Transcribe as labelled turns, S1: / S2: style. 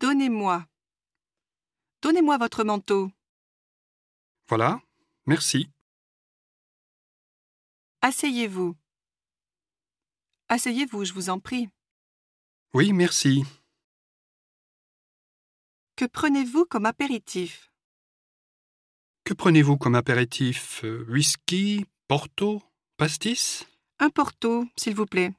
S1: Donnez-moi. Donnez-moi votre manteau.
S2: Voilà, merci.
S1: Asseyez-vous. Asseyez-vous, je vous en prie.
S2: Oui, merci.
S1: Que prenez-vous comme apéritif
S2: Que prenez-vous comme apéritif Euh, Whisky, porto, pastis
S1: Un porto, s'il vous plaît.